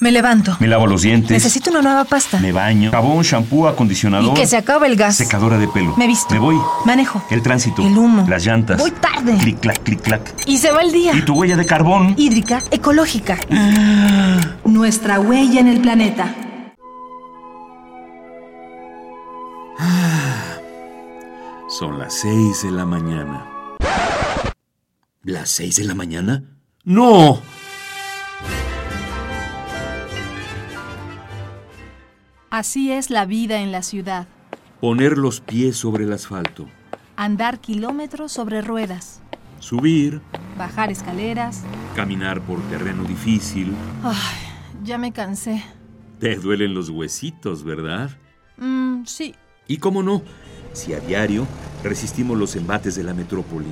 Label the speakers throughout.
Speaker 1: Me levanto.
Speaker 2: Me lavo los dientes.
Speaker 1: Necesito una nueva pasta.
Speaker 2: Me baño. Jabón, shampoo, acondicionador.
Speaker 1: Y que se acabe el gas.
Speaker 2: Secadora de pelo.
Speaker 1: Me visto.
Speaker 2: Me voy.
Speaker 1: Manejo.
Speaker 2: El tránsito.
Speaker 1: El humo.
Speaker 2: Las llantas.
Speaker 1: Voy tarde.
Speaker 2: Clic, clac, clic, clac.
Speaker 1: Y se va el día.
Speaker 2: Y Ah. tu huella de carbón.
Speaker 1: Hídrica, ecológica.
Speaker 3: Nuestra huella en el planeta.
Speaker 4: Son las seis de la mañana.
Speaker 5: ¿Las seis de la mañana?
Speaker 4: ¡No!
Speaker 6: Así es la vida en la ciudad.
Speaker 4: Poner los pies sobre el asfalto.
Speaker 6: Andar kilómetros sobre ruedas,
Speaker 4: Subir.
Speaker 6: bajar escaleras.
Speaker 4: Caminar por terreno difícil.
Speaker 6: Ay, ya me cansé.
Speaker 4: Te duelen los huesitos, ¿verdad?
Speaker 6: Mm, sí,
Speaker 4: Y cómo no, si a diario resistimos los embates de la metrópoli.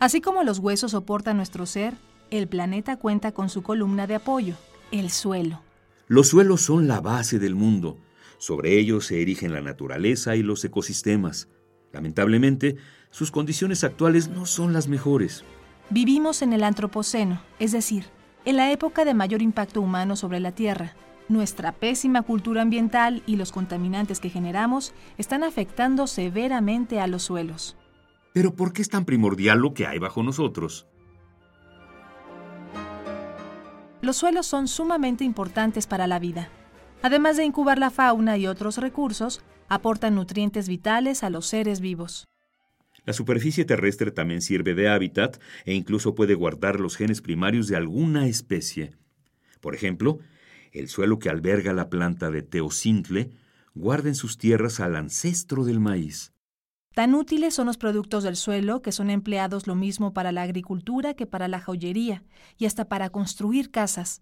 Speaker 6: así como los huesos soportan nuestro ser, el planeta cuenta con su columna de apoyo, el suelo.
Speaker 4: Los suelos son la base del mundo. Sobre ellos se erigen la naturaleza y los ecosistemas. Lamentablemente, sus condiciones actuales no son las mejores.
Speaker 6: Vivimos en el Antropoceno, es decir, en la época de mayor impacto humano sobre la Tierra. Nuestra pésima cultura ambiental y los contaminantes que generamos están afectando severamente a los suelos.
Speaker 4: Pero ¿por qué es tan primordial lo que hay bajo nosotros?
Speaker 6: Los suelos son sumamente importantes para la vida. Además de incubar la fauna y otros recursos, aportan nutrientes vitales a los seres vivos.
Speaker 4: La superficie terrestre también sirve de hábitat e incluso puede guardar los genes primarios de alguna especie. Por ejemplo, el suelo que alberga la planta de teocintle guarda en sus tierras al ancestro del maíz.
Speaker 6: Tan útiles son los productos del suelo que son empleados lo mismo para la agricultura que para la joyería y hasta para construir casas.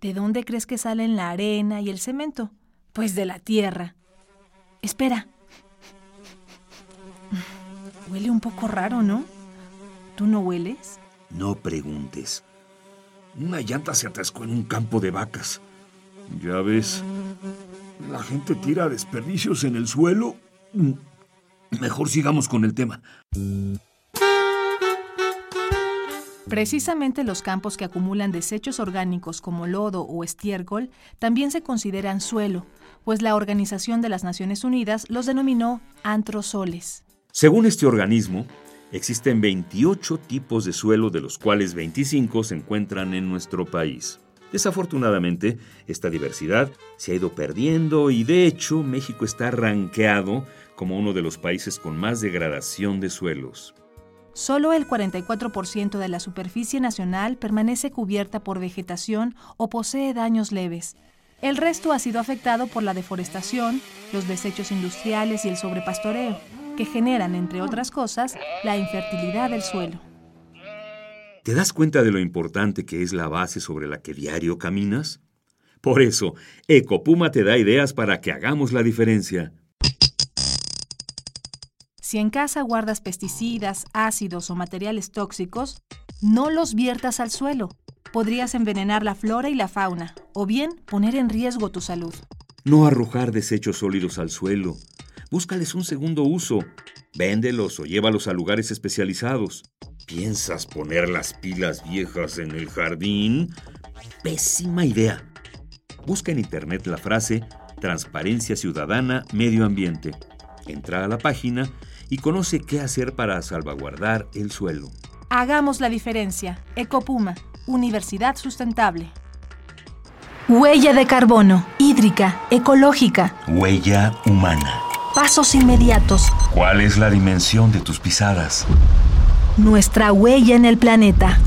Speaker 6: ¿De dónde crees que salen la arena y el cemento? Pues de la tierra. Espera. Huele un poco raro, ¿no? ¿Tú no hueles?
Speaker 5: No preguntes.
Speaker 4: Una llanta se atascó en un campo de vacas. Ya ves,
Speaker 5: La gente tira desperdicios en el suelo.
Speaker 4: Mm.
Speaker 5: Mejor sigamos con el tema.
Speaker 6: Precisamente los campos que acumulan desechos orgánicos como lodo o estiércol también se consideran suelo, pues la Organización de las Naciones Unidas los denominó antrosoles.
Speaker 4: Según este organismo, existen 28 tipos de suelo, de los cuales 25 se encuentran en nuestro país. Desafortunadamente, esta diversidad se ha ido perdiendo y de hecho México está ranqueado como uno de los países con más degradación de suelos.
Speaker 6: Solo el 44% de la superficie nacional permanece cubierta por vegetación o posee daños leves. El resto ha sido afectado por la deforestación, los desechos industriales y el sobrepastoreo, que generan, entre otras cosas, la infertilidad del suelo.
Speaker 4: ¿Te das cuenta de lo importante que es la base sobre la que diario caminas? Por eso, Ecopuma te da ideas para que hagamos la diferencia.
Speaker 6: Si en casa guardas pesticidas, ácidos o materiales tóxicos, no los viertas al suelo. Podrías envenenar la flora y la fauna, o bien poner en riesgo tu salud.
Speaker 4: No arrojar desechos sólidos al suelo. Búscales un segundo uso. Véndelos o llévalos a lugares especializados. ¿Piensas poner las pilas viejas en el jardín? Pésima idea. Busca en internet la frase Transparencia Ciudadana Medio Ambiente. Entra a la página y conoce qué hacer para salvaguardar el suelo.
Speaker 6: Hagamos la diferencia. Ecopuma, Universidad Sustentable. Huella de carbono, hídrica, ecológica,
Speaker 2: Huella humana.
Speaker 6: pasos inmediatos,
Speaker 2: ¿Cuál es la dimensión de tus pisadas?
Speaker 6: nuestra huella en el planeta.